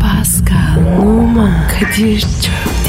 Pascal, Oman, Kadir çok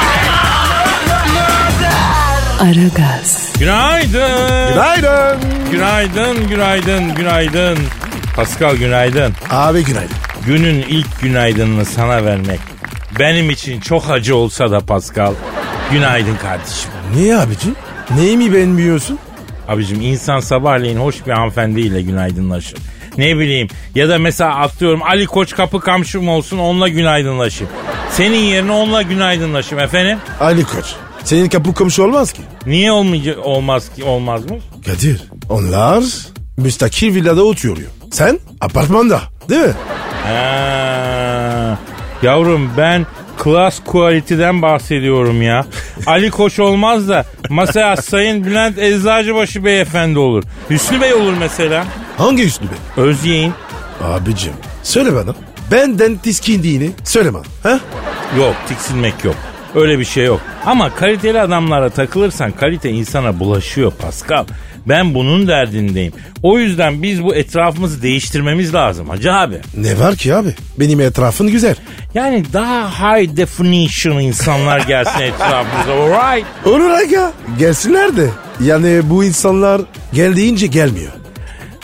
Aragaz, Günaydın. Günaydın. Günaydın, günaydın, günaydın. Pascal günaydın. Abi günaydın. Günün ilk günaydınını sana vermek benim için çok acı olsa da Pascal. Günaydın kardeşim. Niye abici? Neyi mi beğenmiyorsun? Abicim insan sabahleyin hoş bir hanımefendiyle günaydınlaşır. Ne bileyim ya da mesela atlıyorum Ali Koç kapı kamşım olsun onunla günaydınlaşayım. Senin yerine onunla günaydınlaşayım efendim. Ali Koç. Senin kapı komşu olmaz ki. Niye olmayacak olmaz ki olmaz mı? Kadir. Onlar müstakil villada oturuyor. Sen apartmanda değil mi? Ha. Yavrum ben klas kualiteden bahsediyorum ya. Ali Koç olmaz da mesela Sayın Bülent Eczacıbaşı beyefendi olur. Hüsnü Bey olur mesela. Hangi üstü be? Özyeğin. Abicim söyle bana. Benden tiskindiğini söyle bana. Ha? Yok tiksinmek yok. Öyle bir şey yok. Ama kaliteli adamlara takılırsan kalite insana bulaşıyor Pascal. Ben bunun derdindeyim. O yüzden biz bu etrafımızı değiştirmemiz lazım hacı abi. Ne var ki abi? Benim etrafın güzel. Yani daha high definition insanlar gelsin etrafımıza. Alright. Olur aga. Gelsinler de. Yani bu insanlar geldiğince gelmiyor.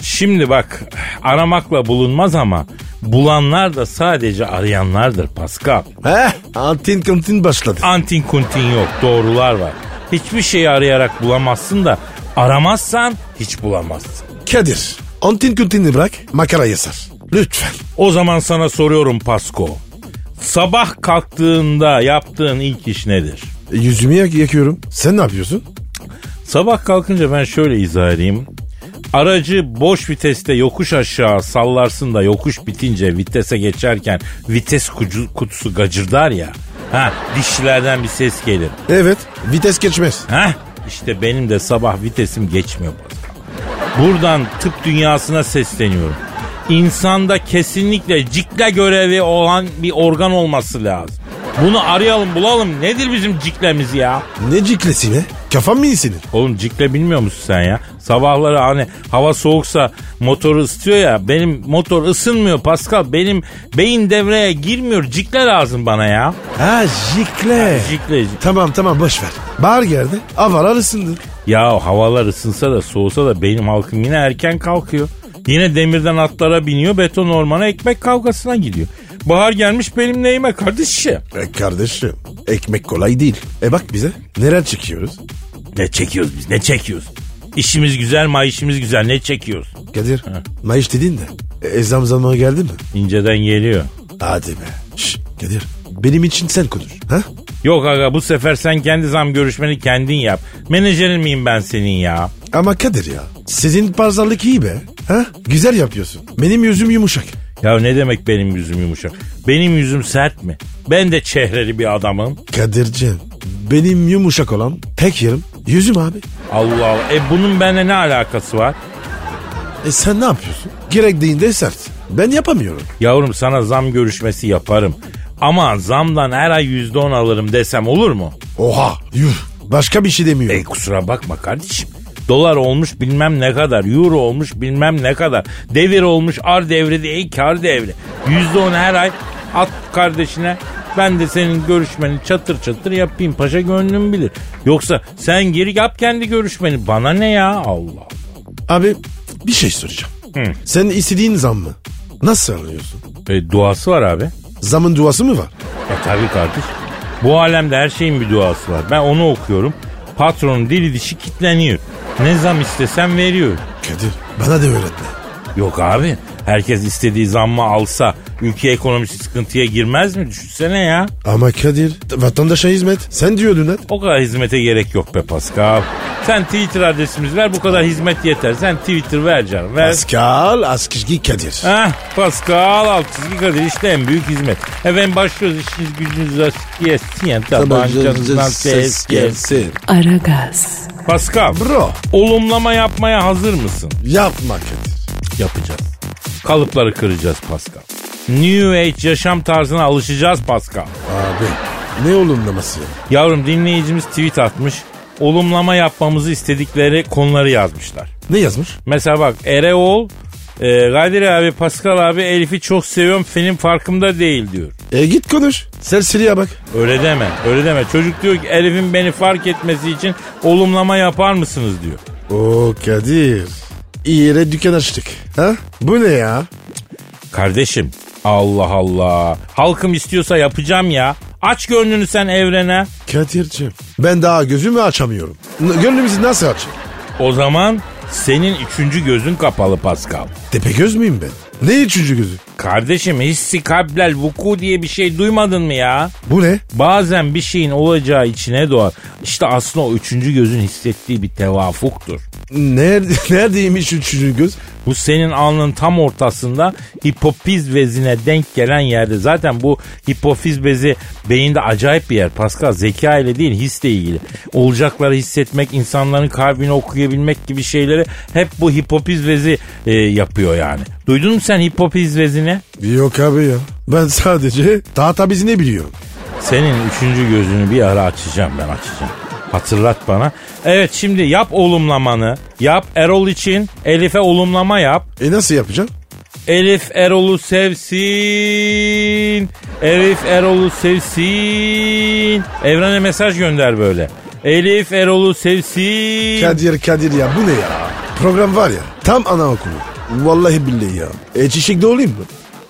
Şimdi bak aramakla bulunmaz ama bulanlar da sadece arayanlardır Pascal. Heh, antin kantin başladı. Antin kuntin yok doğrular var. Hiçbir şeyi arayarak bulamazsın da aramazsan hiç bulamazsın. Kadir, antin kuntini bırak, makara yazar. Lütfen. O zaman sana soruyorum Pasko. Sabah kalktığında yaptığın ilk iş nedir? E, Yüzümü yak- yakıyorum. Sen ne yapıyorsun? Sabah kalkınca ben şöyle izah edeyim. Aracı boş viteste yokuş aşağı sallarsın da yokuş bitince vitese geçerken vites kucu- kutusu gacırdar ya. Ha dişlerden bir ses gelir. Evet, vites geçmez. Ha işte benim de sabah vitesim geçmiyor Pascal. Buradan tıp dünyasına sesleniyorum. İnsanda kesinlikle cikle görevi olan bir organ olması lazım. Bunu arayalım bulalım. Nedir bizim ciklemiz ya? Ne ciklesine? Kafam mı iyisinir? Oğlum cikle bilmiyor musun sen ya? Sabahları hani hava soğuksa motoru ısıtıyor ya. Benim motor ısınmıyor Pascal. Benim beyin devreye girmiyor. Cikle lazım bana ya. Ha cikle. Cikle. cikle. Tamam tamam boş ver. Bahar geldi, avalar ısındı. Ya havalar ısınsa da soğusa da benim halkım yine erken kalkıyor. Yine demirden atlara biniyor. Beton ormana ekmek kavgasına gidiyor. Bahar gelmiş benim neyime kardeşim. E kardeşim, ekmek kolay değil. E bak bize, neler çekiyoruz? Ne çekiyoruz biz ne çekiyoruz? İşimiz güzel ma işimiz güzel ne çekiyoruz? Kadir, Mayış dedin de, e, zam zamanı geldi mi? İnceden geliyor. Hadi be. Şş, Kadir, benim için sen konuş. Ha? Yok aga bu sefer sen kendi zam görüşmeni kendin yap. Menajerin miyim ben senin ya? Ama Kadir ya, sizin pazarlık iyi be. Ha? Güzel yapıyorsun. Benim yüzüm yumuşak. Ya ne demek benim yüzüm yumuşak? Benim yüzüm sert mi? Ben de çehreli bir adamım. Kadir'cim benim yumuşak olan tek yerim yüzüm abi. Allah Allah. E bunun benimle ne alakası var? E sen ne yapıyorsun? Gerektiğinde sert. Ben yapamıyorum. Yavrum sana zam görüşmesi yaparım. Ama zamdan her ay yüzde on alırım desem olur mu? Oha yuh. Başka bir şey demiyorum. E kusura bakma kardeşim. Dolar olmuş bilmem ne kadar, euro olmuş bilmem ne kadar, devir olmuş ar devri değil kar devri. Yüzde on her ay at kardeşine ben de senin görüşmeni çatır çatır yapayım paşa gönlüm bilir. Yoksa sen geri yap kendi görüşmeni bana ne ya Allah. Abi bir şey soracağım. Hı. Sen istediğin zam mı? Nasıl anlıyorsun? E, duası var abi. Zamın duası mı var? E tabii kardeş. Bu alemde her şeyin bir duası var. Ben onu okuyorum. Patronun dili dişi kitleniyor. Ne zam istesem veriyor. Kadir bana da öğretme. Yok abi. Herkes istediği zammı alsa ülke ekonomisi sıkıntıya girmez mi? Düşünsene ya. Ama Kadir vatandaşa hizmet. Sen diyordun lan. O kadar hizmete gerek yok be Pascal. Sen Twitter adresimiz ver bu kadar hizmet yeter. Sen Twitter ver canım ver. Pascal Askizgi Kadir. Heh, Pascal alt çizgi Kadir işte en büyük hizmet. Efendim başlıyoruz işiniz gücünüz rast gelsin yani. Tabancanızdan ses gelsin. Aragaz, Pascal. Bro. Olumlama yapmaya hazır mısın? Yapma Kadir. Yapacağız. Kalıpları kıracağız Pascal. New Age yaşam tarzına alışacağız Pascal. Abi ne olumlaması ya? Yavrum dinleyicimiz tweet atmış. Olumlama yapmamızı istedikleri konuları yazmışlar. Ne yazmış? Mesela bak Ereol, e, Kadir abi, Pascal abi Elif'i çok seviyorum film farkımda değil diyor. E git konuş. Serseriye bak. Öyle deme, öyle deme. Çocuk diyor ki Elif'in beni fark etmesi için olumlama yapar mısınız diyor. Oo Kadir. İyi yere dükkan açtık. Ha? Bu ne ya? Kardeşim Allah Allah. Halkım istiyorsa yapacağım ya. Aç gönlünü sen evrene. Kadir'cim ben daha gözümü açamıyorum. N- Gönlümüzü nasıl açayım? O zaman senin üçüncü gözün kapalı Pascal. Tepe göz müyüm ben? Ne üçüncü gözü? Kardeşim hissi kablel vuku diye bir şey duymadın mı ya? Bu ne? Bazen bir şeyin olacağı içine doğar. İşte aslında o üçüncü gözün hissettiği bir tevafuktur. Nerede, neredeymiş üçüncü göz? Bu senin alnın tam ortasında hipofiz bezine denk gelen yerde. Zaten bu hipofiz bezi beyinde acayip bir yer. Pascal zeka ile değil hisle ilgili. Olacakları hissetmek, insanların kalbini okuyabilmek gibi şeyleri hep bu hipofiz bezi e, yapıyor yani. Duydun mu sen hipofiz bezini? Yok abi ya. Ben sadece tahta bizini biliyorum. Senin üçüncü gözünü bir ara açacağım ben açacağım. Hatırlat bana. Evet şimdi yap olumlamanı. Yap Erol için Elif'e olumlama yap. E nasıl yapacağım? Elif Erol'u sevsin. Elif Erol'u sevsin. Evrene mesaj gönder böyle. Elif Erol'u sevsin. Kadir Kadir ya bu ne ya? Program var ya tam anaokulu. Vallahi billahi ya. E çiçek de olayım mı?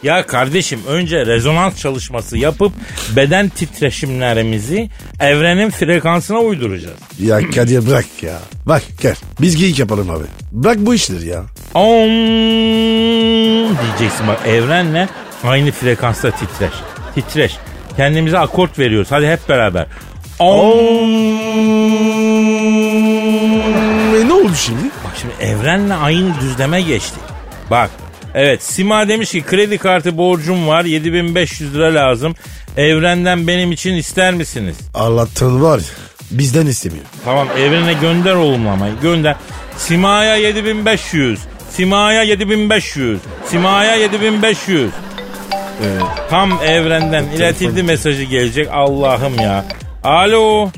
Ya kardeşim önce rezonans çalışması yapıp beden titreşimlerimizi evrenin frekansına uyduracağız. Ya Kadir bırak ya. Bak gel biz geyik yapalım abi. Bırak bu işleri ya. Om diyeceksin bak evrenle aynı frekansta titreş. Titreş. Kendimize akort veriyoruz. Hadi hep beraber. Om. E ne oldu şimdi? Bak şimdi evrenle aynı düzleme geçtik. Bak evet Sima demiş ki kredi kartı borcum var 7500 lira lazım. Evrenden benim için ister misiniz? Allah'tan var ya bizden istemiyor. Tamam evrene gönder olumlamayı gönder. Sima'ya 7500. Sima'ya 7500. Sima'ya 7500. Tam evrenden iletildi mesajı gelecek Allah'ım ya. Alo.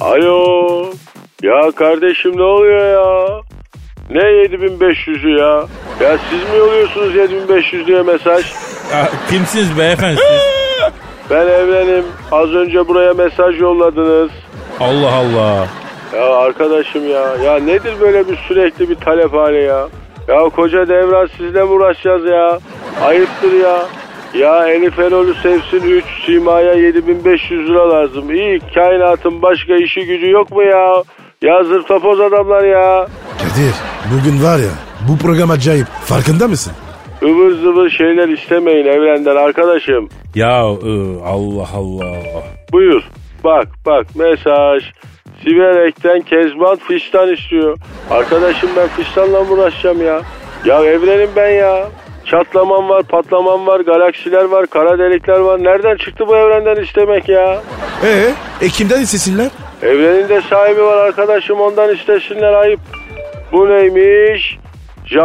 Alo. Ya kardeşim ne oluyor ya? Ne 7500'ü ya? Ya siz mi yolluyorsunuz 7500 diye mesaj? Ya, kimsiniz beyefendi siz? Ben evlenim. Az önce buraya mesaj yolladınız. Allah Allah. Ya arkadaşım ya. Ya nedir böyle bir sürekli bir talep hali ya? Ya koca devran sizle mi uğraşacağız ya? Ayıptır ya. Ya Elif Erol'ü sevsin 3, Sima'ya 7500 lira lazım. İyi kainatın başka işi gücü yok mu ya? Ya zırtapoz adamlar ya. Kadir bugün var ya bu program acayip. Farkında mısın? Ivır zıvır şeyler istemeyin evrenden arkadaşım. Ya ıı, Allah Allah. Buyur. Bak bak mesaj. Siverek'ten Kezban Fiştan istiyor. Arkadaşım ben Fiştan'la mı uğraşacağım ya? Ya evrenim ben ya. Çatlamam var, patlamam var, galaksiler var, kara delikler var. Nereden çıktı bu evrenden istemek ya? E, e kimden istesinler? Evrenin de sahibi var arkadaşım ondan istesinler ayıp. Bu neymiş?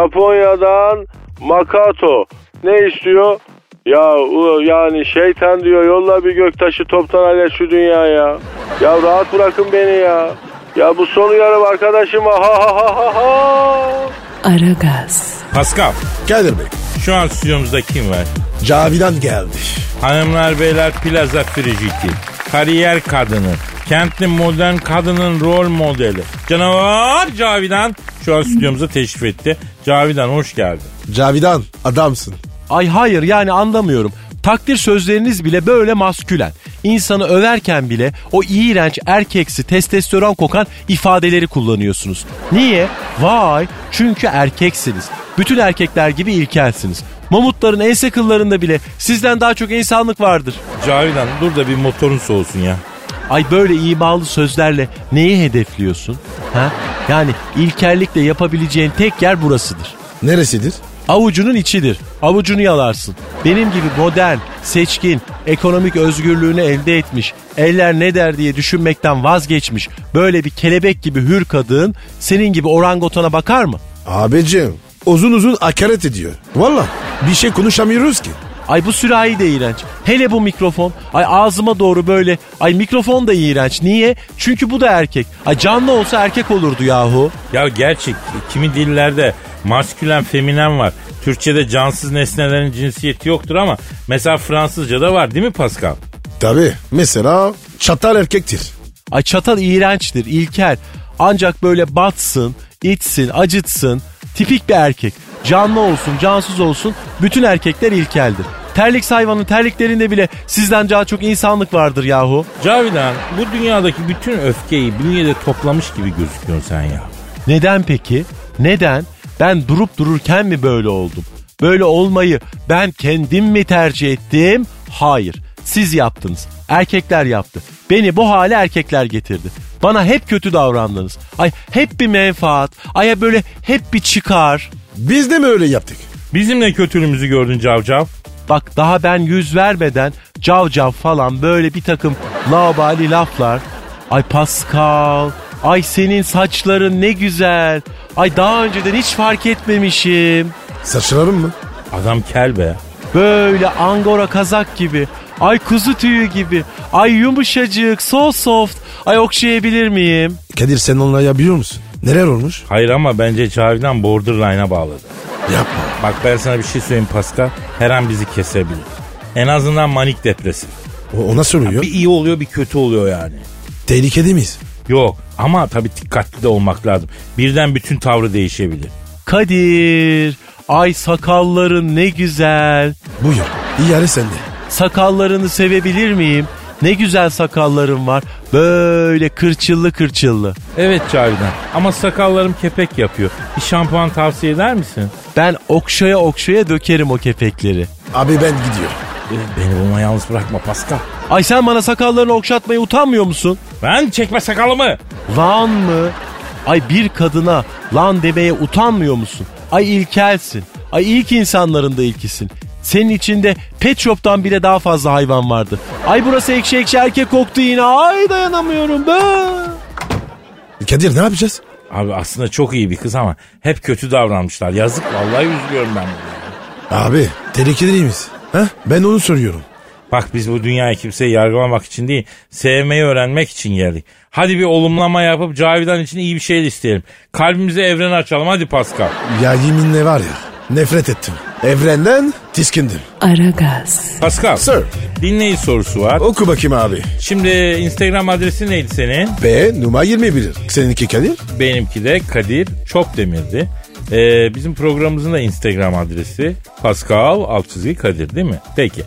Japonya'dan Makato. Ne istiyor? Ya u- yani şeytan diyor yolla bir göktaşı toptan hallet şu dünyaya. Ya rahat bırakın beni ya. Ya bu son uyarım arkadaşım ha ha ha ha ha. Aragaz, Pascal Kadir Bey. şu an stüdyomuzda kim var? Cavidan geldi. Hanımlar beyler plaza frijiti. Kariyer kadını. Kentli modern kadının rol modeli. Canavar Cavidan şu an stüdyomuza teşrif etti. Cavidan hoş geldin. Cavidan adamsın. Ay hayır yani anlamıyorum. Takdir sözleriniz bile böyle maskülen. İnsanı överken bile o iğrenç erkeksi testosteron kokan ifadeleri kullanıyorsunuz. Niye? Vay çünkü erkeksiniz. Bütün erkekler gibi ilkelsiniz. Mamutların ense kıllarında bile sizden daha çok insanlık vardır. Cavidan dur da bir motorun soğusun ya. Ay böyle imalı sözlerle neyi hedefliyorsun? Ha? Yani ilkellikle yapabileceğin tek yer burasıdır. Neresidir? Avucunun içidir. Avucunu yalarsın. Benim gibi modern, seçkin, ekonomik özgürlüğünü elde etmiş, eller ne der diye düşünmekten vazgeçmiş, böyle bir kelebek gibi hür kadın senin gibi orangotana bakar mı? Abicim uzun uzun hakaret ediyor. Valla bir şey konuşamıyoruz ki. Ay bu sürahi de iğrenç. Hele bu mikrofon. Ay ağzıma doğru böyle. Ay mikrofon da iğrenç. Niye? Çünkü bu da erkek. Ay canlı olsa erkek olurdu yahu. Ya gerçek kimi dillerde maskülen feminen var. Türkçe'de cansız nesnelerin cinsiyeti yoktur ama mesela Fransızca'da var değil mi Pascal? Tabi mesela çatal erkektir. Ay çatal iğrençtir, ilkel. Ancak böyle batsın, itsin, acıtsın. Tipik bir erkek. Canlı olsun, cansız olsun. Bütün erkekler ilkeldir. Terlik hayvanın terliklerinde bile sizden daha çok insanlık vardır yahu. Cavidan bu dünyadaki bütün öfkeyi bünyede toplamış gibi gözüküyorsun sen ya. Neden peki? Neden? Ben durup dururken mi böyle oldum? Böyle olmayı ben kendim mi tercih ettim? Hayır. Siz yaptınız. Erkekler yaptı. Beni bu hale erkekler getirdi. Bana hep kötü davrandınız. Ay hep bir menfaat. Aya böyle hep bir çıkar. Biz de mi öyle yaptık? Bizimle kötülüğümüzü gördün Cavcav. Bak daha ben yüz vermeden cavcav falan böyle bir takım laubali laflar. Ay Pascal, ay senin saçların ne güzel. Ay daha önceden hiç fark etmemişim. Saçlarım mı? Adam kel be. Böyle angora kazak gibi. Ay kuzu tüyü gibi. Ay yumuşacık, so soft. Ay okşayabilir miyim? Kadir sen anlayabiliyor musun? Neler olmuş? Hayır ama bence Cavidan borderline'a bağladı. Yapma. Bak ben sana bir şey söyleyeyim Pascal. Her an bizi kesebilir. En azından manik depresif. O, o nasıl oluyor? Bir iyi oluyor bir kötü oluyor yani. Tehlikede miyiz? Yok ama tabii dikkatli de olmak lazım. Birden bütün tavrı değişebilir. Kadir, ay sakalların ne güzel. Buyur. İyi sende. Sakallarını sevebilir miyim? Ne güzel sakallarım var. Böyle kırçıllı kırçıllı. Evet Cavidan ama sakallarım kepek yapıyor. Bir şampuan tavsiye eder misin? Ben okşaya okşaya dökerim o kepekleri. Abi ben gidiyorum. Beni buna yalnız bırakma Pascal. Ay sen bana sakallarını okşatmaya utanmıyor musun? Ben çekme sakalımı. Lan mı? Ay bir kadına lan demeye utanmıyor musun? Ay ilkelsin. Ay ilk insanların da ilkisin. Senin içinde pet shop'tan bile daha fazla hayvan vardı. Ay burası ekşi ekşi erkek koktu yine. Ay dayanamıyorum be. Kadir ne yapacağız? Abi aslında çok iyi bir kız ama hep kötü davranmışlar. Yazık vallahi üzülüyorum ben. buna. Abi tehlikede miyiz? Ha? Ben onu soruyorum. Bak biz bu dünyaya kimseyi yargılamak için değil, sevmeyi öğrenmek için geldik. Hadi bir olumlama yapıp Cavidan için iyi bir şey isteyelim. Kalbimize evreni açalım hadi Pascal. Ya yeminle var ya nefret ettim. Evrenden tiskindim. Aragaz. Pascal. Sir. Dinleyici sorusu var. Oku bakayım abi. Şimdi Instagram adresi neydi senin? B numara 21. Seninki Kadir? Benimki de Kadir Çopdemir'di. Ee, bizim programımızın da Instagram adresi Pascal Altçizgi Kadir değil mi? Peki.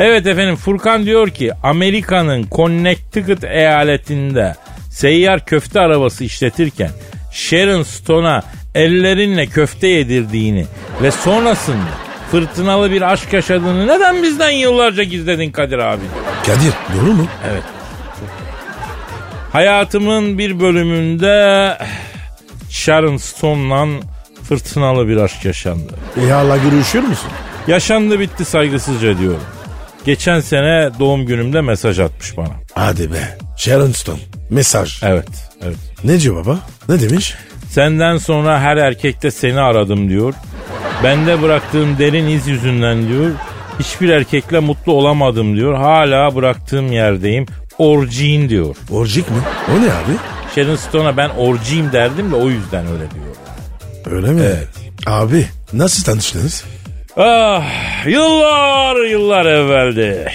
Evet efendim Furkan diyor ki Amerika'nın Connecticut eyaletinde seyyar köfte arabası işletirken Sharon Stone'a ellerinle köfte yedirdiğini ve sonrasında fırtınalı bir aşk yaşadığını neden bizden yıllarca gizledin Kadir abi? Kadir doğru mu? Hayatımın bir bölümünde Sharon Stone'la fırtınalı bir aşk yaşandı. E hala görüşüyor musun? Yaşandı bitti saygısızca diyorum. Geçen sene doğum günümde mesaj atmış bana. Hadi be. Sharon Stone. Mesaj. Evet, evet. Ne diyor baba? Ne demiş? Senden sonra her erkekte seni aradım diyor. Bende bıraktığım derin iz yüzünden diyor. Hiçbir erkekle mutlu olamadım diyor. Hala bıraktığım yerdeyim. Orciyim diyor. Orjik mi? O ne abi? Sharon Stone'a ben orciyim derdim de o yüzden öyle diyor. Öyle mi? Abi nasıl tanıştınız? Ah, yıllar yıllar evveldi.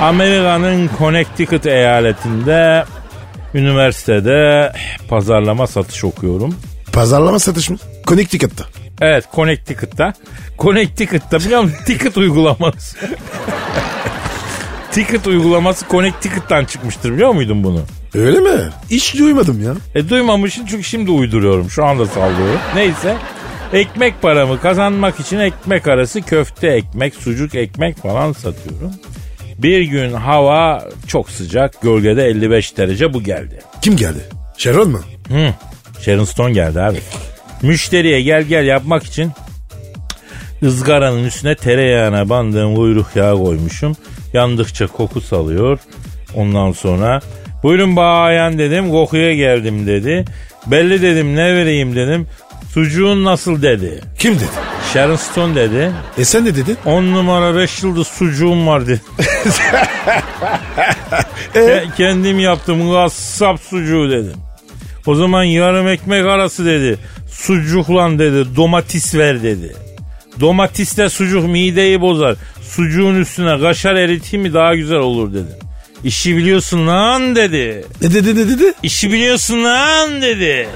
Amerika'nın Connecticut eyaletinde üniversitede pazarlama satış okuyorum. Pazarlama satış mı? Connecticut'ta. Evet Connecticut'ta. Connecticut'ta biliyor musun? Ticket uygulaması. Ticket uygulaması Connecticut'tan çıkmıştır biliyor muydun bunu? Öyle mi? Hiç duymadım ya. E duymamışsın çünkü şimdi uyduruyorum. Şu anda sallıyorum. Neyse. Ekmek paramı kazanmak için ekmek arası köfte ekmek, sucuk ekmek falan satıyorum. Bir gün hava çok sıcak. Gölgede 55 derece bu geldi. Kim geldi? Şeron mu? Hı. Sharon Stone geldi abi. Müşteriye gel gel yapmak için ızgaranın üstüne tereyağına bandığım kuyruk yağı koymuşum. Yandıkça koku salıyor. Ondan sonra buyurun bayan dedim kokuya geldim dedi. Belli dedim ne vereyim dedim. Sucuğun nasıl dedi. Kim dedi? Sharon Stone dedi. E sen ne dedin? On numara beş yıldız sucuğum var dedi. Ke- Kendim yaptım gassap sucuğu dedim. O zaman yarım ekmek arası dedi. Sucuk lan dedi. Domatis ver dedi. Domatiste sucuk mideyi bozar. Sucuğun üstüne kaşar eriteyim mi daha güzel olur dedi. İşi biliyorsun lan dedi. Ne E dedi ne dedi? İşi biliyorsun lan dedi.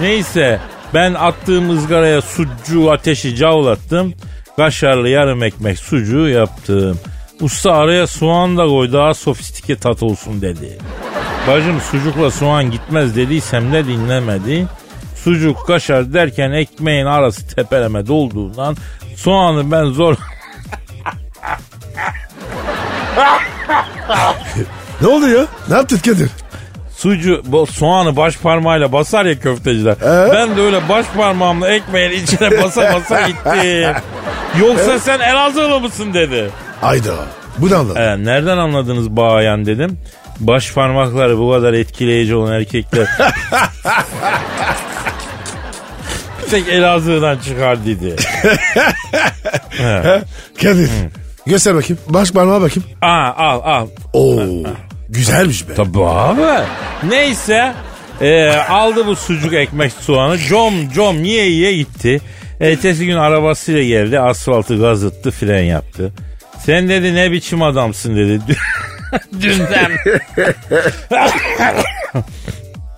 Neyse ben attığım ızgaraya sucuğu ateşi cavlattım. Kaşarlı yarım ekmek sucuğu yaptım. Usta araya soğan da koy daha sofistike tat olsun dedi. Bacım sucukla soğan gitmez dediysem de dinlemedi. Sucuk kaşar derken ekmeğin arası tepeleme dolduğundan soğanı ben zor Ne oldu ya? Ne yaptın Kadir? Sucu bu soğanı baş parmağıyla basar ya köfteciler. Ben de öyle baş parmağımla ekmeğin içine basa basa gittim. Yoksa sen Elazığlı mısın dedi. Ayda. Bu ne anladın? E, nereden anladınız bayan dedim. Baş parmakları bu kadar etkileyici olan erkekler. Bir tek Elazığ'dan çıkar dedi. Kadir. Göster bakayım. Baş parmağa bakayım. Aa, al al. Oo. Güzelmiş be. Tabii abi. Neyse e, aldı bu sucuk ekmek soğanı. Com com niye yiye gitti. Ertesi gün arabasıyla geldi. Asfaltı gazıttı fren yaptı. Sen dedi ne biçim adamsın dedi. Dünden.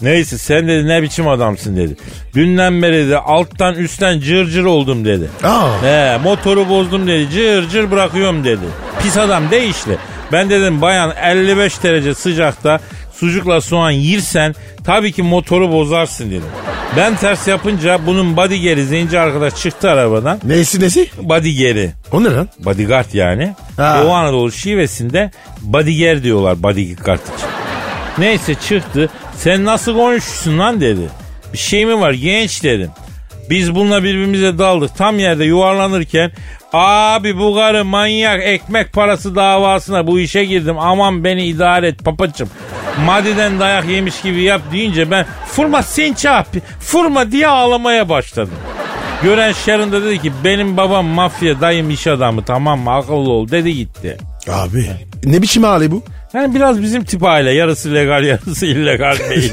Neyse sen dedi ne biçim adamsın dedi. Dünden beri de alttan üstten cırcır oldum dedi. Aa. He, motoru bozdum dedi. Cır cır bırakıyorum dedi. Pis adam değişti. Ben dedim bayan 55 derece sıcakta sucukla soğan yirsen tabii ki motoru bozarsın dedim. Ben ters yapınca bunun body geri zenci arkadaş çıktı arabadan. Neysi nesi? Body geri. O ne lan? Bodyguard yani. Ha. Doğu Anadolu şivesinde bodyguard diyorlar bodyguard için. Neyse çıktı. Sen nasıl konuşuyorsun lan dedi. Bir şey mi var genç dedim. Biz bununla birbirimize daldık. Tam yerde yuvarlanırken abi bu karı manyak ekmek parası davasına bu işe girdim. Aman beni idare et papaçım. Madiden dayak yemiş gibi yap deyince ben fırma sen çap fırma diye ağlamaya başladım. Gören Sharon da dedi ki benim babam mafya dayım iş adamı tamam mı akıllı ol dedi gitti. Abi. Ne biçim hali bu? Yani biraz bizim tip aile yarısı legal yarısı illegal değil.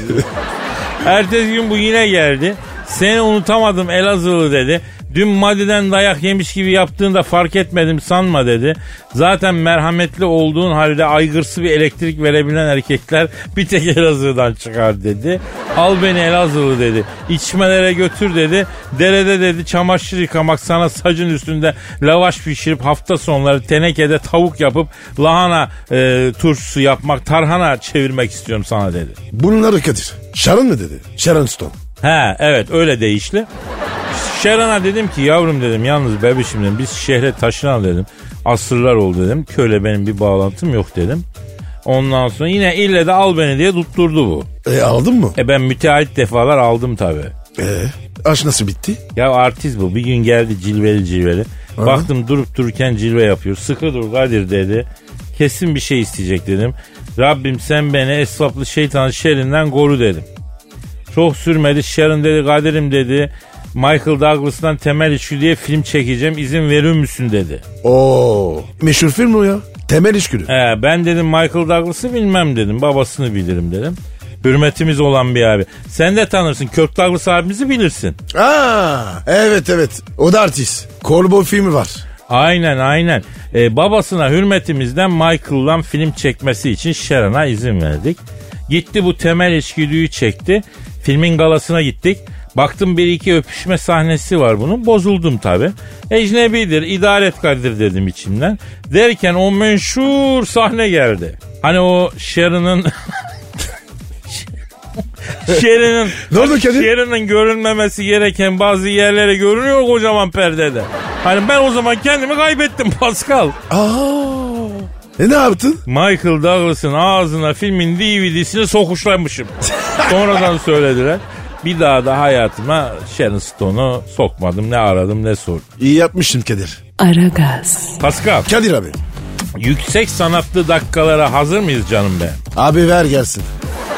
Ertesi gün bu yine geldi. Seni unutamadım Elazığlı dedi. Dün madiden dayak yemiş gibi yaptığında fark etmedim sanma dedi. Zaten merhametli olduğun halde aygırsı bir elektrik verebilen erkekler bir tek Elazığ'dan çıkar dedi. Al beni Elazığlı dedi. İçmelere götür dedi. Derede dedi çamaşır yıkamak sana sacın üstünde lavaş pişirip hafta sonları tenekede tavuk yapıp lahana e, turşusu yapmak tarhana çevirmek istiyorum sana dedi. Bunları Kadir. Sharon mı dedi? Sharon Stone. He evet öyle değişti. Şeran'a dedim ki yavrum dedim yalnız bebişim dedim biz şehre taşınalım dedim. Asırlar oldu dedim. Köyle benim bir bağlantım yok dedim. Ondan sonra yine ille de al beni diye tutturdu bu. E aldın mı? E ben müteahhit defalar aldım tabi. E. Aş nasıl bitti? Ya artist bu bir gün geldi cilveli cilveli. Baktım durup dururken cilve yapıyor. Sıkı dur Kadir dedi. Kesin bir şey isteyecek dedim. Rabbim sen beni esvaplı şeytanın şerrinden koru dedim. Çok sürmedi. Sharon dedi Kadir'im dedi. Michael Douglas'tan temel içgü diye film çekeceğim. İzin verir misin dedi. Oo. Meşhur film o ya. Temel işgülü. Ee, ben dedim Michael Douglas'ı bilmem dedim. Babasını bilirim dedim. Hürmetimiz olan bir abi. Sen de tanırsın. Kirk Douglas abimizi bilirsin. Aa. Evet evet. O da artist. Korbo filmi var. Aynen aynen. Ee, babasına hürmetimizden Michael'dan film çekmesi için Sharon'a izin verdik. Gitti bu temel içgüdüyü çekti. Filmin galasına gittik. Baktım bir iki öpüşme sahnesi var bunun. Bozuldum tabi. Ecnebidir, idare et Kadir dedim içimden. Derken o menşur sahne geldi. Hani o Sharon'ın... Sharon'ın... Ne oldu Kadir? Sharon'ın görünmemesi gereken bazı yerlere görünüyor kocaman perdede. Hani ben o zaman kendimi kaybettim Pascal. Aa. E ne yaptın? Michael Douglas'ın ağzına filmin DVD'sini sokuşlamışım. Sonradan söylediler. Bir daha da hayatıma Sharon Stone'u sokmadım. Ne aradım ne sordum. İyi yapmışsın Kadir. Aragaz, Pascal, Kadir abi. yüksek sanatlı dakikalara hazır mıyız canım be? Abi ver gelsin.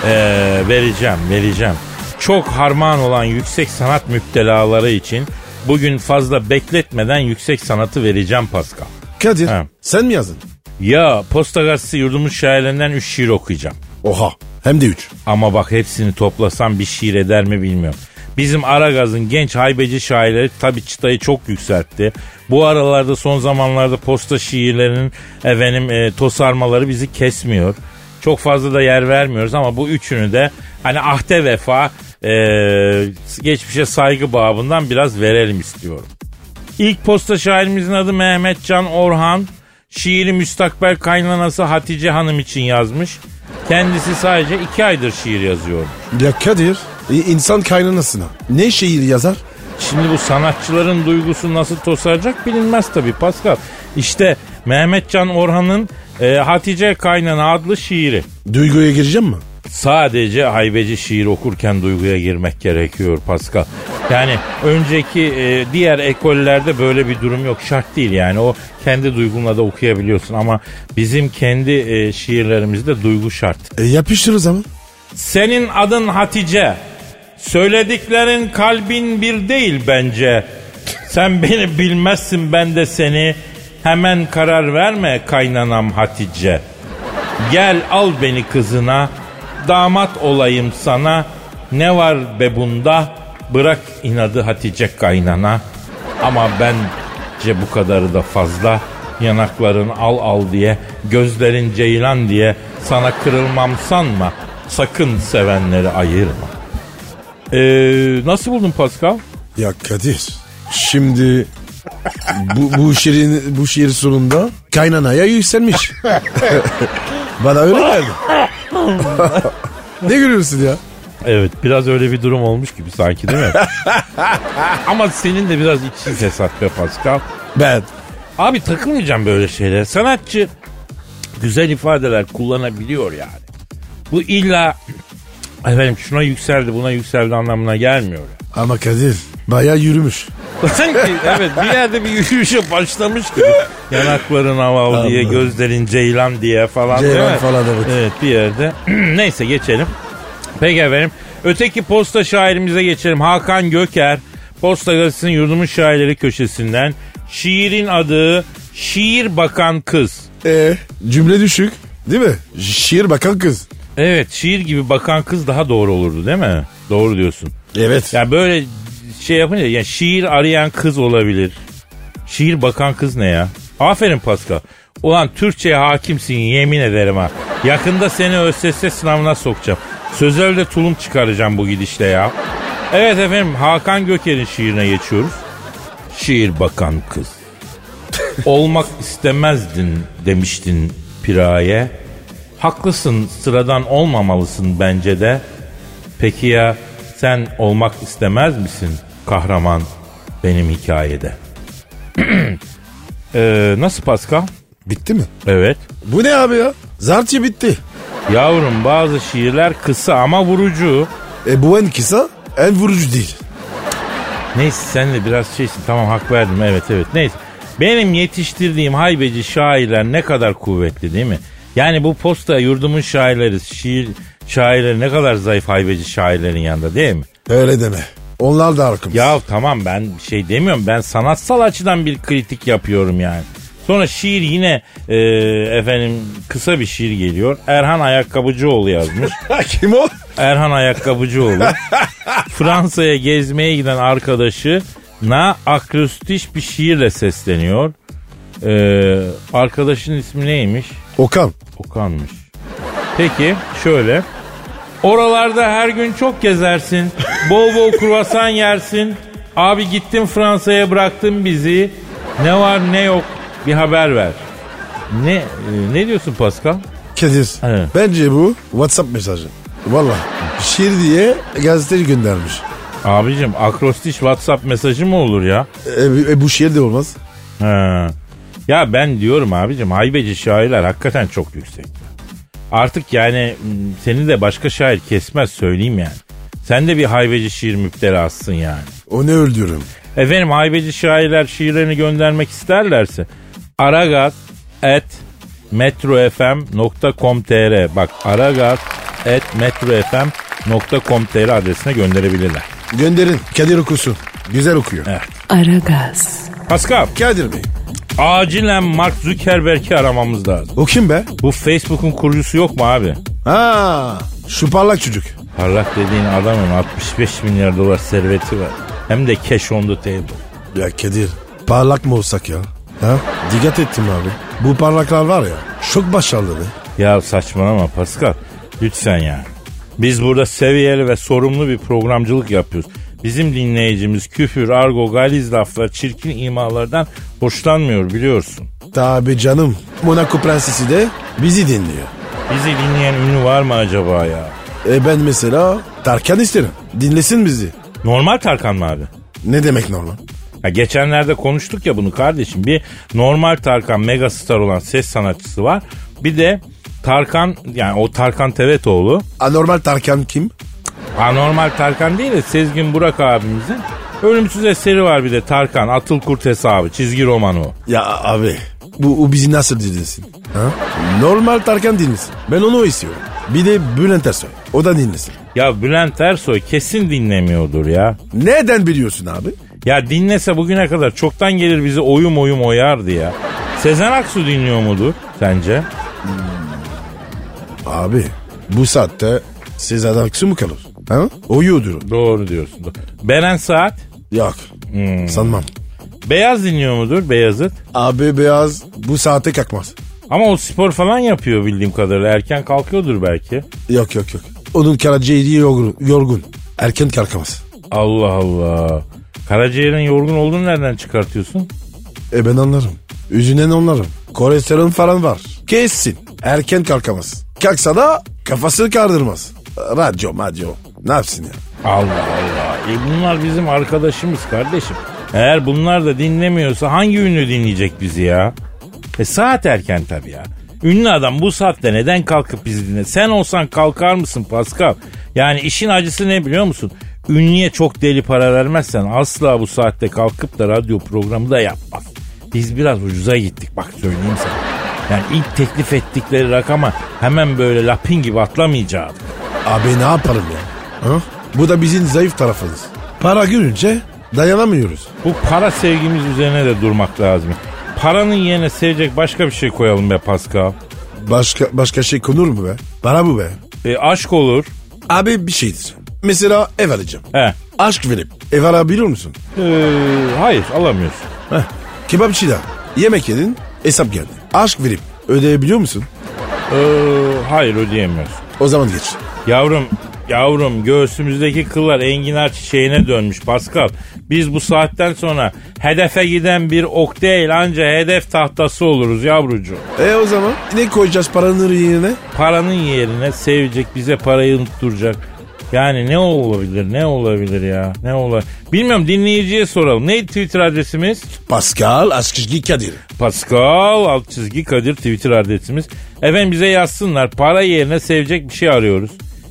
Ee, vereceğim, vereceğim. Çok harman olan yüksek sanat müptelaları için bugün fazla bekletmeden yüksek sanatı vereceğim Pascal. Kadir Ha. sen mi yazdın? Ya Posta Gazetesi yurdumun şairlerinden 3 şiir okuyacağım. Oha hem de 3. Ama bak hepsini toplasam bir şiir eder mi bilmiyorum. Bizim Aragaz'ın genç haybeci şairleri tabi çıtayı çok yükseltti. Bu aralarda son zamanlarda posta şiirlerinin efendim e, tosarmaları bizi kesmiyor. Çok fazla da yer vermiyoruz ama bu üçünü de hani ahde vefa e, geçmişe saygı babından biraz verelim istiyorum. İlk posta şairimizin adı Mehmet Can Orhan. Şiiri müstakbel kaynanası Hatice Hanım için yazmış. Kendisi sadece iki aydır şiir yazıyor. Ya Kadir i- insan kaynanasına ne şehir yazar? Şimdi bu sanatçıların duygusu nasıl tosaracak bilinmez tabii Pascal. İşte Mehmet Can Orhan'ın e, Hatice Kaynana adlı şiiri. Duyguya gireceğim mi? Sadece haybeci şiir okurken duyguya girmek gerekiyor Pascal. Yani önceki e, diğer ekollerde böyle bir durum yok. Şart değil yani. O kendi duygunla da okuyabiliyorsun ama bizim kendi e, şiirlerimizde duygu şart. E yapıştırırız ama. Senin adın Hatice. Söylediklerin kalbin bir değil bence. Sen beni bilmezsin ben de seni. Hemen karar verme kaynanam Hatice. Gel al beni kızına. Damat olayım sana. Ne var be bunda? Bırak inadı Hatice kaynana. Ama bence bu kadarı da fazla. Yanakların al al diye, gözlerin ceylan diye sana kırılmam sanma. Sakın sevenleri ayırma. Ee, nasıl buldun Pascal? Ya Kadir şimdi bu, bu şiirin bu şiir sonunda kaynanaya yükselmiş. Bana öyle geldi. ne gülüyorsun ya? Evet biraz öyle bir durum olmuş gibi sanki değil mi? Ama senin de biraz için fesat be Pascal. Ben Abi takılmayacağım böyle şeylere. Sanatçı güzel ifadeler kullanabiliyor yani. Bu illa efendim şuna yükseldi buna yükseldi anlamına gelmiyor. yani. ama Kadir baya yürümüş. Sanki evet bir yerde bir yürüyüşe başlamış gibi. Yanakların havalı diye, gözlerin ceylan diye falan değil Ceylan mi? falan evet. Evet bir yerde. Neyse geçelim. Peki efendim. Öteki posta şairimize geçelim. Hakan Göker. Posta gazetesinin yurdumun şairleri köşesinden. Şiirin adı Şiir Bakan Kız. E, cümle düşük değil mi? Şiir bakan kız. Evet şiir gibi bakan kız daha doğru olurdu değil mi? Doğru diyorsun. Evet. Ya böyle şey yapınca ya şiir arayan kız olabilir. Şiir bakan kız ne ya? Aferin Pascal. Ulan Türkçe'ye hakimsin yemin ederim ha. Yakında seni ÖSS sınavına sokacağım. Sözelde tulum çıkaracağım bu gidişle ya. Evet efendim Hakan Göker'in şiirine geçiyoruz. Şiir bakan kız. Olmak istemezdin demiştin piraye. Haklısın sıradan olmamalısın bence de. Peki ya sen olmak istemez misin kahraman benim hikayede? Ee, nasıl Pascal? Bitti mi? Evet. Bu ne abi ya? Zartya bitti. Yavrum bazı şiirler kısa ama vurucu. E bu en kısa en vurucu değil. Neyse sen de biraz şeysin tamam hak verdim evet evet neyse. Benim yetiştirdiğim haybeci şairler ne kadar kuvvetli değil mi? Yani bu posta yurdumun şairleri, şiir şairleri ne kadar zayıf haybeci şairlerin yanında değil mi? Öyle deme. Onlar da arkamız. Ya tamam ben bir şey demiyorum. Ben sanatsal açıdan bir kritik yapıyorum yani. Sonra şiir yine e, efendim kısa bir şiir geliyor. Erhan Ayakkabıcıoğlu yazmış. Kim o? Erhan Ayakkabıcıoğlu. Fransa'ya gezmeye giden arkadaşı na akrostiş bir şiirle sesleniyor. E, arkadaşın ismi neymiş? Okan. Okanmış. Peki şöyle. Oralarda her gün çok gezersin. Bol bol kruvasan yersin. Abi gittim Fransa'ya bıraktın bizi. Ne var ne yok bir haber ver. Ne e, ne diyorsun Pascal? Kadir. Evet. Bence bu WhatsApp mesajı. Valla. Şiir diye gazeteci göndermiş. Abicim akrostiş WhatsApp mesajı mı olur ya? E, e, bu şiir de olmaz. He. Ya ben diyorum abicim haybeci şairler hakikaten çok yüksek. Artık yani m, seni de başka şair kesmez söyleyeyim yani. Sen de bir haybeci şiir müptelasısın yani. O ne öldürüm? Efendim haybeci şairler şiirlerini göndermek isterlerse aragaz et metrofm.com.tr bak aragaz et metrofm.com.tr adresine gönderebilirler. Gönderin. Kadir okusun. Güzel okuyor. Aragaz, Pascal Kadir Bey. acilen Mark Zuckerberg'i aramamız lazım. O kim be? Bu Facebook'un kurucusu yok mu abi? Ha, şu parlak çocuk. Parlak dediğin adamın 65 milyar dolar serveti var. Hem de cash on the table. Ya Kadir parlak mı olsak ya? Ha? Dikkat ettim abi. Bu parlaklar var ya çok başarılı be. Ya saçmalama Pascal. Lütfen ya. Biz burada seviyeli ve sorumlu bir programcılık yapıyoruz. Bizim dinleyicimiz küfür, argo, galiz laflar, çirkin imalardan hoşlanmıyor biliyorsun. Tabi canım. Monaco prensesi de bizi dinliyor. Bizi dinleyen ünlü var mı acaba ya? E ben mesela Tarkan isterim. Dinlesin bizi. Normal Tarkan mı abi? Ne demek normal? Ya geçenlerde konuştuk ya bunu kardeşim. Bir normal Tarkan megastar olan ses sanatçısı var. Bir de Tarkan yani o Tarkan Tevetoğlu. Anormal Tarkan kim? Anormal Tarkan değil de Sezgin Burak abimizin ölümsüz eseri var bir de Tarkan Atıl Kurt hesabı çizgi romanı o. Ya abi bu o bizi nasıl dinlesin? Ha? Normal Tarkan dinlesin. Ben onu istiyorum. Bir de Bülent Ersoy. O da dinlesin. Ya Bülent Ersoy kesin dinlemiyordur ya. Neden biliyorsun abi? Ya dinlese bugüne kadar çoktan gelir bizi oyum oyum oyardı ya. Sezen Aksu dinliyor mudur sence? Abi bu saatte Sezen Aksu mu kalır? Ha? Uyuyordur. Doğru diyorsun. Beren Saat. Yok. Sanmam. Beyaz dinliyor mudur Beyazıt? Abi beyaz bu saate kalkmaz. Ama o spor falan yapıyor bildiğim kadarıyla. Erken kalkıyordur belki. Yok yok yok. Onun karaciğeri yorgun. yorgun. Erken kalkamaz. Allah Allah. Karaciğerin yorgun olduğunu nereden çıkartıyorsun? E ben anlarım. Üzünen onlarım. Kolesterol falan var. Kessin. Erken kalkamaz. Kalksa da kafasını kaldırmaz. Radyo radyo. Ne yapsın ya? Allah Allah. E bunlar bizim arkadaşımız kardeşim. Eğer bunlar da dinlemiyorsa hangi ünlü dinleyecek bizi ya? E saat erken tabii ya. Ünlü adam bu saatte neden kalkıp bizi dinle? Sen olsan kalkar mısın Pascal? Yani işin acısı ne biliyor musun? Ünlüye çok deli para vermezsen asla bu saatte kalkıp da radyo programı da yapmaz. Biz biraz ucuza gittik bak söyleyeyim sana. Yani ilk teklif ettikleri rakama hemen böyle lapin gibi atlamayacağız. Abi ne yapalım ya? Ha? Bu da bizim zayıf tarafımız. Para görünce dayanamıyoruz. Bu para sevgimiz üzerine de durmak lazım. Paranın yerine sevecek başka bir şey koyalım be Pascal. Başka başka şey konur mu be? Para bu be. E, aşk olur. Abi bir şey diyeceğim. Mesela ev alacağım. He. Aşk verip ev alabiliyor musun? E, hayır alamıyorsun. Kebapçıda yemek yedin hesap geldi. Aşk verip ödeyebiliyor musun? E, hayır ödeyemiyorsun. O zaman geç. Yavrum Yavrum göğsümüzdeki kıllar enginar çiçeğine dönmüş Pascal. Biz bu saatten sonra hedefe giden bir ok değil anca hedef tahtası oluruz yavrucuğum. E o zaman ne koyacağız paranın yerine? Paranın yerine sevecek bize parayı unutturacak. Yani ne olabilir ne olabilir ya ne olabilir. Bilmiyorum dinleyiciye soralım. Ne Twitter adresimiz? Pascal Askışgi Kadir. Pascal alt çizgi Kadir Twitter adresimiz. Efendim bize yazsınlar. Para yerine sevecek bir şey arıyoruz.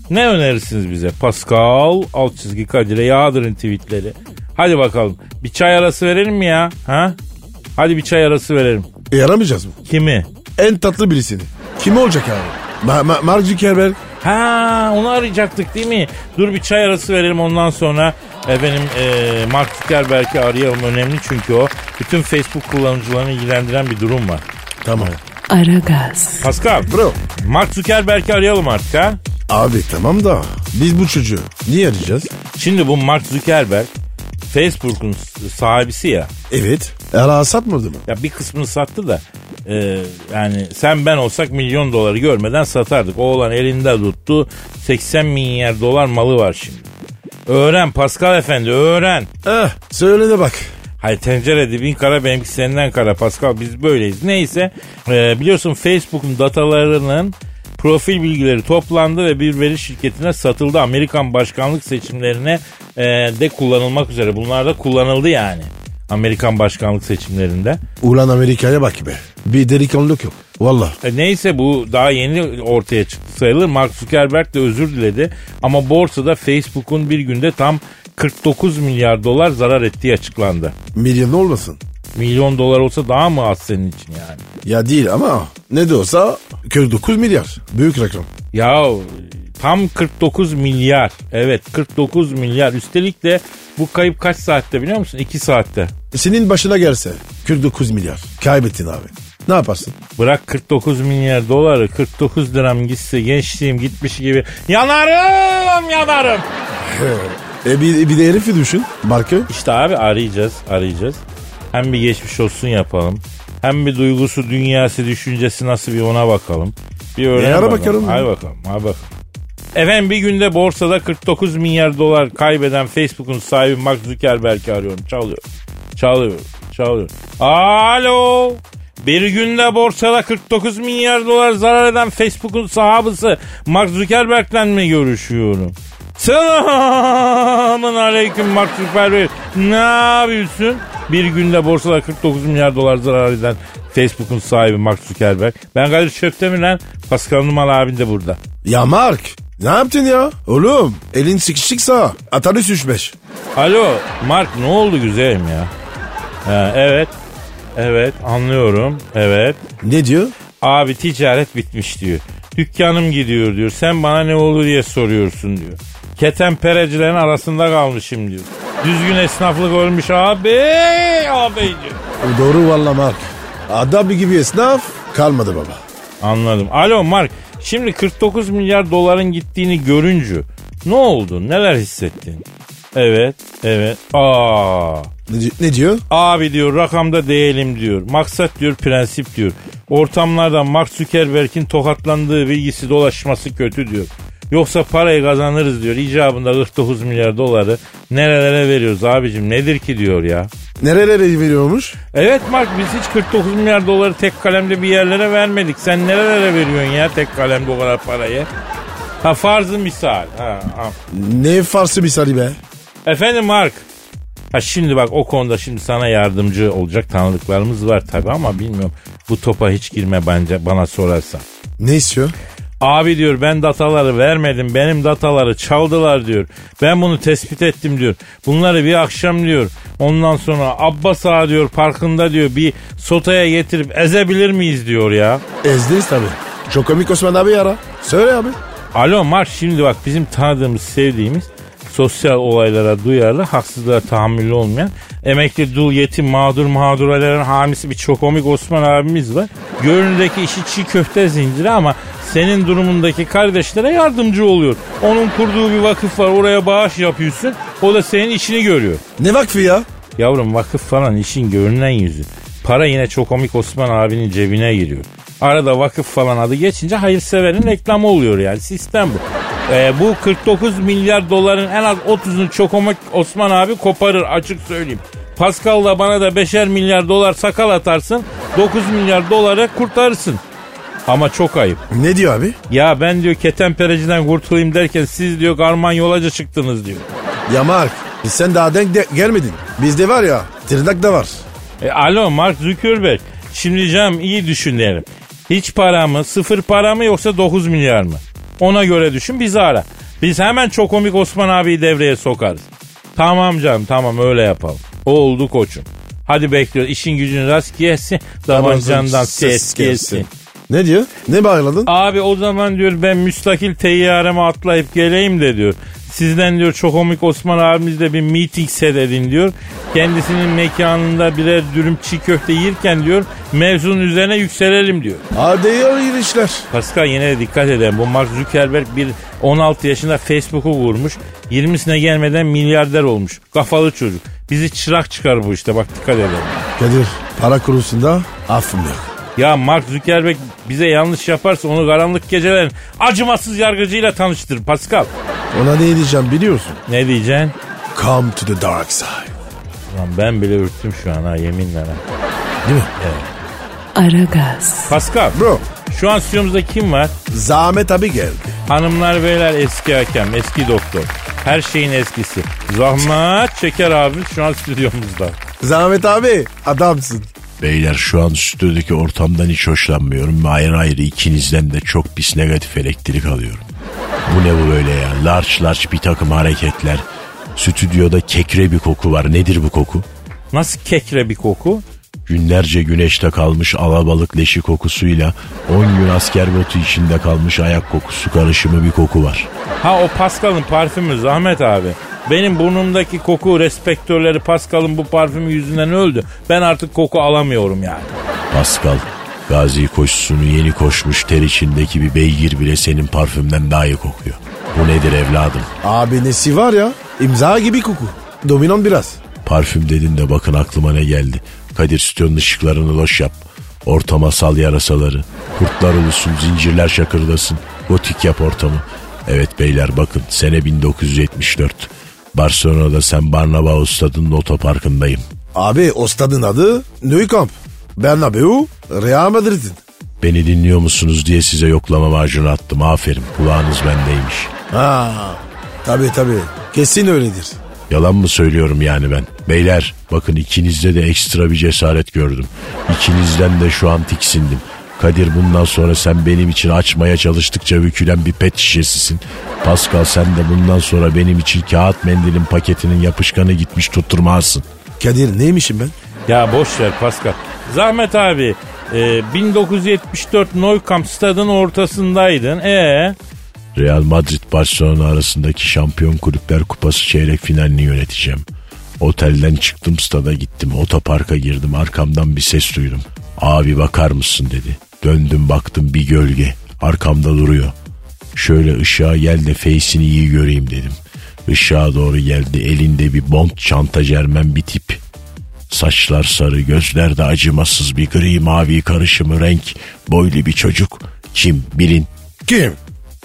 Ne önerirsiniz bize? Pascal alt çizgi Kadir'e yağdırın tweetleri. Hadi bakalım. Bir çay arası verelim mi ya? Ha? Hadi bir çay arası verelim. E aramayacağız mı? Kimi? En tatlı birisini. Kim olacak abi? Ma- Ma- Mark Zuckerberg. Ha onu arayacaktık değil mi? Dur bir çay arası verelim ondan sonra efendim e, Mark Zuckerberg'i arayalım önemli çünkü o bütün Facebook kullanıcılarını ilgilendiren bir durum var. Tamam. Aragaz, Pascal. Bro. Mark Zuckerberg'i arayalım artık ha. Abi tamam da biz bu çocuğu niye arayacağız? Şimdi bu Mark Zuckerberg Facebook'un sahibisi ya. Evet. Ara satmadı mı? Ya bir kısmını sattı da e, yani sen ben olsak milyon doları görmeden satardık. Oğlan elinde tuttu 80 milyar dolar malı var şimdi. Öğren Pascal efendi öğren. Eh söyle de bak. Hayır tencere dibin kara benimki senden kara Pascal biz böyleyiz. Neyse e, biliyorsun Facebook'un datalarının profil bilgileri toplandı ve bir veri şirketine satıldı. Amerikan başkanlık seçimlerine e, de kullanılmak üzere bunlar da kullanıldı yani. Amerikan başkanlık seçimlerinde. Ulan Amerika'ya bak be. Bir delikanlılık yok. Valla. E neyse bu daha yeni ortaya çıktı sayılır. Mark Zuckerberg de özür diledi. Ama borsada Facebook'un bir günde tam 49 milyar dolar zarar ettiği açıklandı. Milyon olmasın. Milyon dolar olsa daha mı az senin için yani? Ya değil ama ne de olsa 49 milyar. Büyük rakam. Ya tam 49 milyar. Evet 49 milyar. Üstelik de bu kayıp kaç saatte biliyor musun? 2 saatte. Senin başına gelse 49 milyar. Kaybettin abi. Ne yaparsın? Bırak 49 milyar doları 49 liram gitse gençliğim gitmiş gibi yanarım yanarım. E bir, bir de herifi düşün. Marka. İşte abi arayacağız arayacağız. Hem bir geçmiş olsun yapalım. Hem bir duygusu, dünyası, düşüncesi nasıl bir ona bakalım. Bir öğren E, ara bakalım. bakalım. Hadi bakalım, hadi bakalım. Efendim bir günde borsada 49 milyar dolar kaybeden Facebook'un sahibi Mark Zuckerberg'i arıyorum. Çalıyor. Çalıyor. Çalıyor. Alo. Bir günde borsada 49 milyar dolar zarar eden Facebook'un sahabısı Mark Zuckerberg'le mi görüşüyorum? Selamun aleyküm Mark Zuckerberg. Ne yapıyorsun? Bir günde borsada 49 milyar dolar zarar eden Facebook'un sahibi Mark Zuckerberg. Ben Kadir Çöptemir lan. Pascal Numan abin de burada. Ya Mark. Ne yaptın ya? Oğlum elin sıkışıksa atarı 3-5. Alo Mark ne oldu güzelim ya? Ha, evet. Evet anlıyorum. Evet. Ne diyor? Abi ticaret bitmiş diyor. Dükkanım gidiyor diyor. Sen bana ne oldu diye soruyorsun diyor. Keten perecilerin arasında kalmışım diyor. Düzgün esnaflık ölmüş abi. Abi diyor. E Doğru valla Mark. Adam gibi esnaf kalmadı baba. Anladım. Alo Mark şimdi 49 milyar doların gittiğini görünce ne oldu? Neler hissettin? Evet, evet. Aa. Ne, di- ne diyor? Abi diyor rakamda değelim diyor. Maksat diyor prensip diyor. Ortamlarda Mark Zuckerberg'in tokatlandığı bilgisi dolaşması kötü diyor. Yoksa parayı kazanırız diyor. İcabında 49 milyar doları nerelere veriyoruz abicim nedir ki diyor ya. Nerelere veriyormuş? Evet Mark biz hiç 49 milyar doları tek kalemde bir yerlere vermedik. Sen nerelere veriyorsun ya tek kalemde o kadar parayı? Ha farzı misal. Ha, ha. Ne farsı misali be? Efendim Mark. Ha şimdi bak o konuda şimdi sana yardımcı olacak tanıdıklarımız var tabi ama bilmiyorum. Bu topa hiç girme bence bana sorarsan. Ne istiyor? Abi diyor ben dataları vermedim benim dataları çaldılar diyor. Ben bunu tespit ettim diyor. Bunları bir akşam diyor. Ondan sonra Abbas Ağa diyor parkında diyor bir sotaya getirip ezebilir miyiz diyor ya. Ezdiriz tabii. Çok komik Osman abi ara. Söyle abi. Alo Mark şimdi bak bizim tanıdığımız sevdiğimiz sosyal olaylara duyarlı, haksızlığa tahammüllü olmayan, emekli dul yetim mağdur mağdurelerin hamisi bir çokomik Osman abimiz var. Görünürdeki işi çiğ köfte zinciri ama senin durumundaki kardeşlere yardımcı oluyor. Onun kurduğu bir vakıf var oraya bağış yapıyorsun o da senin işini görüyor. Ne vakfı ya? Yavrum vakıf falan işin görünen yüzü. Para yine çok komik Osman abinin cebine giriyor. Arada vakıf falan adı geçince hayırseverin reklamı oluyor yani sistem bu. Ee, bu 49 milyar doların en az 30'unu Çokomik Osman abi koparır açık söyleyeyim. Pascal da bana da 5'er milyar dolar sakal atarsın 9 milyar dolara kurtarırsın. Ama çok ayıp. Ne diyor abi? Ya ben diyor ketenpereciden kurtulayım derken siz diyor karman yolaca çıktınız diyor. Ya Mark biz sen daha denk de- gelmedin. Bizde var ya tırnak da var. E, alo Mark Zuckerberg. Şimdi canım iyi düşünelim. Hiç para mı, sıfır para mı yoksa 9 milyar mı? Ona göre düşün bizi ara. Biz hemen çok komik Osman abiyi devreye sokarız. Tamam canım tamam öyle yapalım. Oldu koçum. Hadi bekliyoruz. İşin gücün rast gelsin. Davancandan ses gelsin. Ne diyor? Ne bağladın? Abi o zaman diyor ben müstakil teyyareme atlayıp geleyim de diyor. Sizden diyor çok komik Osman abimizle bir meeting set edin diyor. Kendisinin mekanında birer dürüm çiğ köfte yiyirken diyor mevzunun üzerine yükselelim diyor. Hadi yürü işler. Pascal yine de dikkat eden bu Mark Zuckerberg bir 16 yaşında Facebook'u vurmuş. 20'sine gelmeden milyarder olmuş. Kafalı çocuk. Bizi çırak çıkar bu işte bak dikkat edelim. Kadir para kurusunda affım yok. Ya Mark Zuckerberg bize yanlış yaparsa onu karanlık gecelerin acımasız yargıcıyla tanıştır Pascal. Ona ne diyeceğim biliyorsun. Ne diyeceksin? Come to the dark side. Lan ben bile ürktüm şu an ha yeminle. ha. Değil mi? Aragaz. Pascal Bro şu an stüdyomuzda kim var? zahmet abi geldi. Hanımlar beyler eski hakem, eski doktor. Her şeyin eskisi. Zahmet Şeker abi şu an stüdyomuzda. Zahmet abi adamsın. Beyler şu an stüdyodaki ortamdan hiç hoşlanmıyorum. ve Ayrı ayrı ikinizden de çok pis negatif elektrik alıyorum. Bu ne bu böyle ya? Large large bir takım hareketler. Stüdyoda kekre bir koku var. Nedir bu koku? Nasıl kekre bir koku? Günlerce güneşte kalmış alabalık leşi kokusuyla 10 gün asker botu içinde kalmış ayak kokusu karışımı bir koku var. Ha o Pascal'ın parfümü Zahmet abi. Benim burnumdaki koku respektörleri Pascal'ın bu parfümü yüzünden öldü. Ben artık koku alamıyorum yani. Pascal, gazi koşusunu yeni koşmuş ter içindeki bir beygir bile senin parfümden daha iyi kokuyor. Bu nedir evladım? Abi nesi var ya? İmza gibi koku. Dominon biraz. Parfüm dedin de bakın aklıma ne geldi. Kadir stüdyonun ışıklarını loş yap. Ortama sal yarasaları. Kurtlar ulusun, zincirler şakırdasın. Gotik yap ortamı. Evet beyler bakın sene 1974. Barcelona'da San Barnabas stadının otoparkındayım. Abi o stadın adı Nou Camp. Bernabeu Real Madrid'in. Beni dinliyor musunuz diye size yoklama macunu attım. Aferin kulağınız bendeymiş. Ha, tabii tabii. Kesin öyledir. Yalan mı söylüyorum yani ben? Beyler bakın ikinizde de ekstra bir cesaret gördüm. İkinizden de şu an tiksindim. Kadir bundan sonra sen benim için açmaya çalıştıkça bükülen bir pet şişesisin. Pascal sen de bundan sonra benim için kağıt mendilin paketinin yapışkanı gitmiş tutturmazsın. Kadir neymişim ben? Ya boş ver Pascal. Zahmet abi e, 1974 Nou Camp stadın ortasındaydın. E Real Madrid Barcelona arasındaki Şampiyon Kulüpler Kupası çeyrek finalini yöneteceğim. Otelden çıktım stada gittim otoparka girdim arkamdan bir ses duydum. Abi bakar mısın dedi. Döndüm baktım bir gölge arkamda duruyor. Şöyle ışığa gel de face'ini iyi göreyim dedim. Işığa doğru geldi elinde bir bond çanta cermen bir tip. Saçlar sarı, gözlerde acımasız bir gri mavi karışımı renk, boylu bir çocuk. Kim bilin. Kim?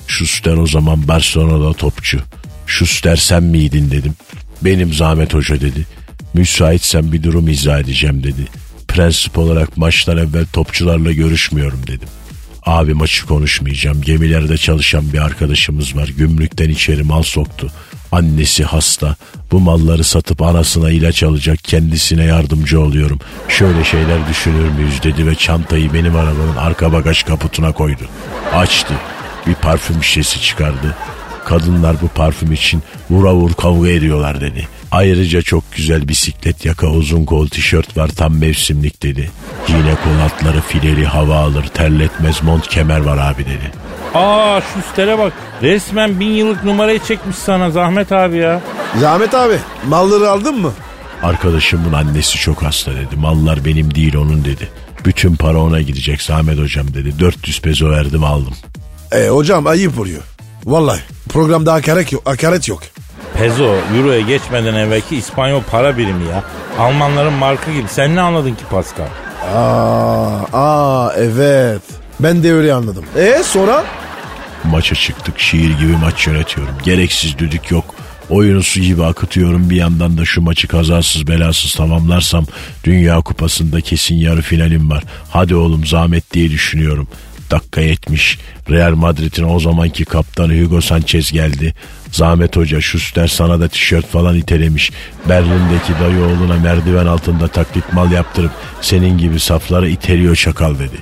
Schuster o zaman Barcelona'da topçu. Schuster sen miydin dedim. Benim Zahmet Hoca dedi. Müsaitsen bir durum izah edeceğim dedi. Prensip olarak maçtan evvel topçularla görüşmüyorum dedim. Abi maçı konuşmayacağım. Gemilerde çalışan bir arkadaşımız var. Gümrükten içeri mal soktu. Annesi hasta. Bu malları satıp anasına ilaç alacak. Kendisine yardımcı oluyorum. Şöyle şeyler düşünür müyüz dedi ve çantayı benim arabanın arka bagaj kaputuna koydu. Açtı. Bir parfüm şişesi çıkardı. Kadınlar bu parfüm için vura vur kavga ediyorlar dedi. Ayrıca çok güzel bisiklet yaka uzun kol tişört var tam mevsimlik dedi. Yine kol atları fileli hava alır terletmez mont kemer var abi dedi. aa Schuster'e bak. Resmen bin yıllık numarayı çekmiş sana Zahmet abi ya. Zahmet abi malları aldın mı? Arkadaşımın annesi çok hasta dedi. Mallar benim değil onun dedi. Bütün para ona gidecek Zahmet hocam dedi. 400 peso verdim aldım. E hocam ayıp oluyor. Vallahi programda hakaret yok. Hakaret yok. Pezo, Euro'ya geçmeden evvelki İspanyol para birimi ya. Almanların marka gibi. Sen ne anladın ki Pascal? Aa, aa evet. Ben de öyle anladım. E sonra? Maça çıktık şiir gibi maç yönetiyorum. Gereksiz düdük yok. Oyunu su gibi akıtıyorum. Bir yandan da şu maçı kazasız belasız tamamlarsam Dünya Kupası'nda kesin yarı finalim var. Hadi oğlum zahmet diye düşünüyorum. Dakika 70. Real Madrid'in o zamanki kaptanı Hugo Sanchez geldi. Zahmet Hoca Schuster sana da tişört falan itelemiş. Berlin'deki dayı oğluna merdiven altında taklit mal yaptırıp senin gibi safları iteliyor çakal dedi.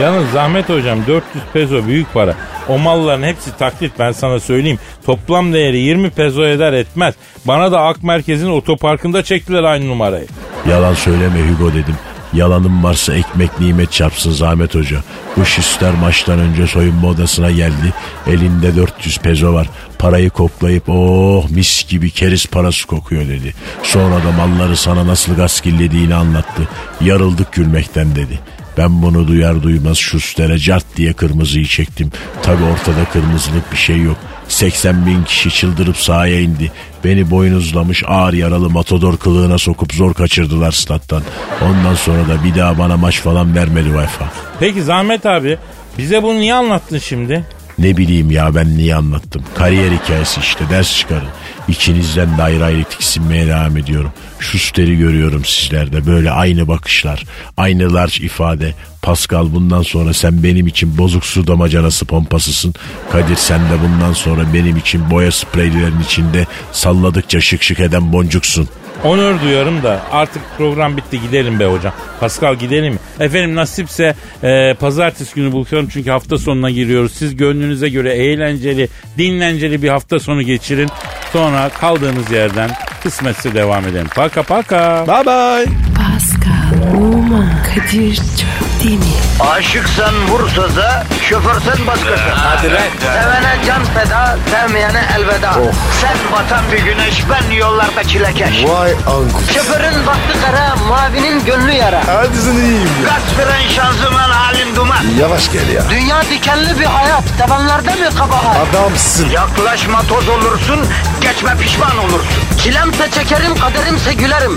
Yalnız Zahmet hocam 400 peso büyük para. O malların hepsi taklit ben sana söyleyeyim. Toplam değeri 20 peso eder etmez. Bana da Ak Merkez'in otoparkında çektiler aynı numarayı. Yalan söyleme Hugo dedim. Yalanım varsa ekmek nimet çarpsın Zahmet Hoca. Bu şister maçtan önce soyunma odasına geldi. Elinde 400 pezo var. Parayı koklayıp oh mis gibi keriz parası kokuyor dedi. Sonra da malları sana nasıl gaskillediğini anlattı. Yarıldık gülmekten dedi. Ben bunu duyar duymaz Schuster'e cart diye kırmızıyı çektim. Tabi ortada kırmızılık bir şey yok. 80 bin kişi çıldırıp sahaya indi. Beni boynuzlamış ağır yaralı matador kılığına sokup zor kaçırdılar stat'tan. Ondan sonra da bir daha bana maç falan vermedi UEFA. Peki Zahmet abi bize bunu niye anlattın şimdi? Ne bileyim ya ben niye anlattım. Kariyer hikayesi işte ders çıkarın. İçinizden de ayrı ayrı tiksinmeye devam ediyorum. Schuster'i görüyorum sizlerde böyle aynı bakışlar, aynı large ifade. Pascal bundan sonra sen benim için bozuk su damacanası pompasısın. Kadir sen de bundan sonra benim için boya spreylerin içinde salladıkça şık şık eden boncuksun. Onur duyarım da artık program bitti gidelim be hocam. Pascal gidelim mi? Efendim nasipse e, pazartesi günü buluşalım çünkü hafta sonuna giriyoruz. Siz gönlünüze göre eğlenceli, dinlenceli bir hafta sonu geçirin. Sonra kaldığınız yerden kısmetse devam edelim. Paka paka. Bye bye. Pascal, Oman, Kadir çok değil mi? Aşıksan vursa da, şoförsen başkasın. Hadi lan. Sevene can feda, sevmeyene elveda. Sen batan bir güneş, ben yollarda çilekeş. Vay anku. Şoförün baktı kara, mavinin gönlü yara. Hadi sen iyiyim ya. Kasperen şanzıman halin duman. Yavaş gel ya. Dünya dikenli bir hayat, sevenlerde mi kabahar? Adamsın. Yaklaşma toz olursun, geçme pişman olursun. Çilemse çekerim, kaderimse gülerim.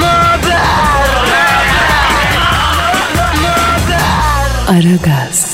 Möber! Aragaz.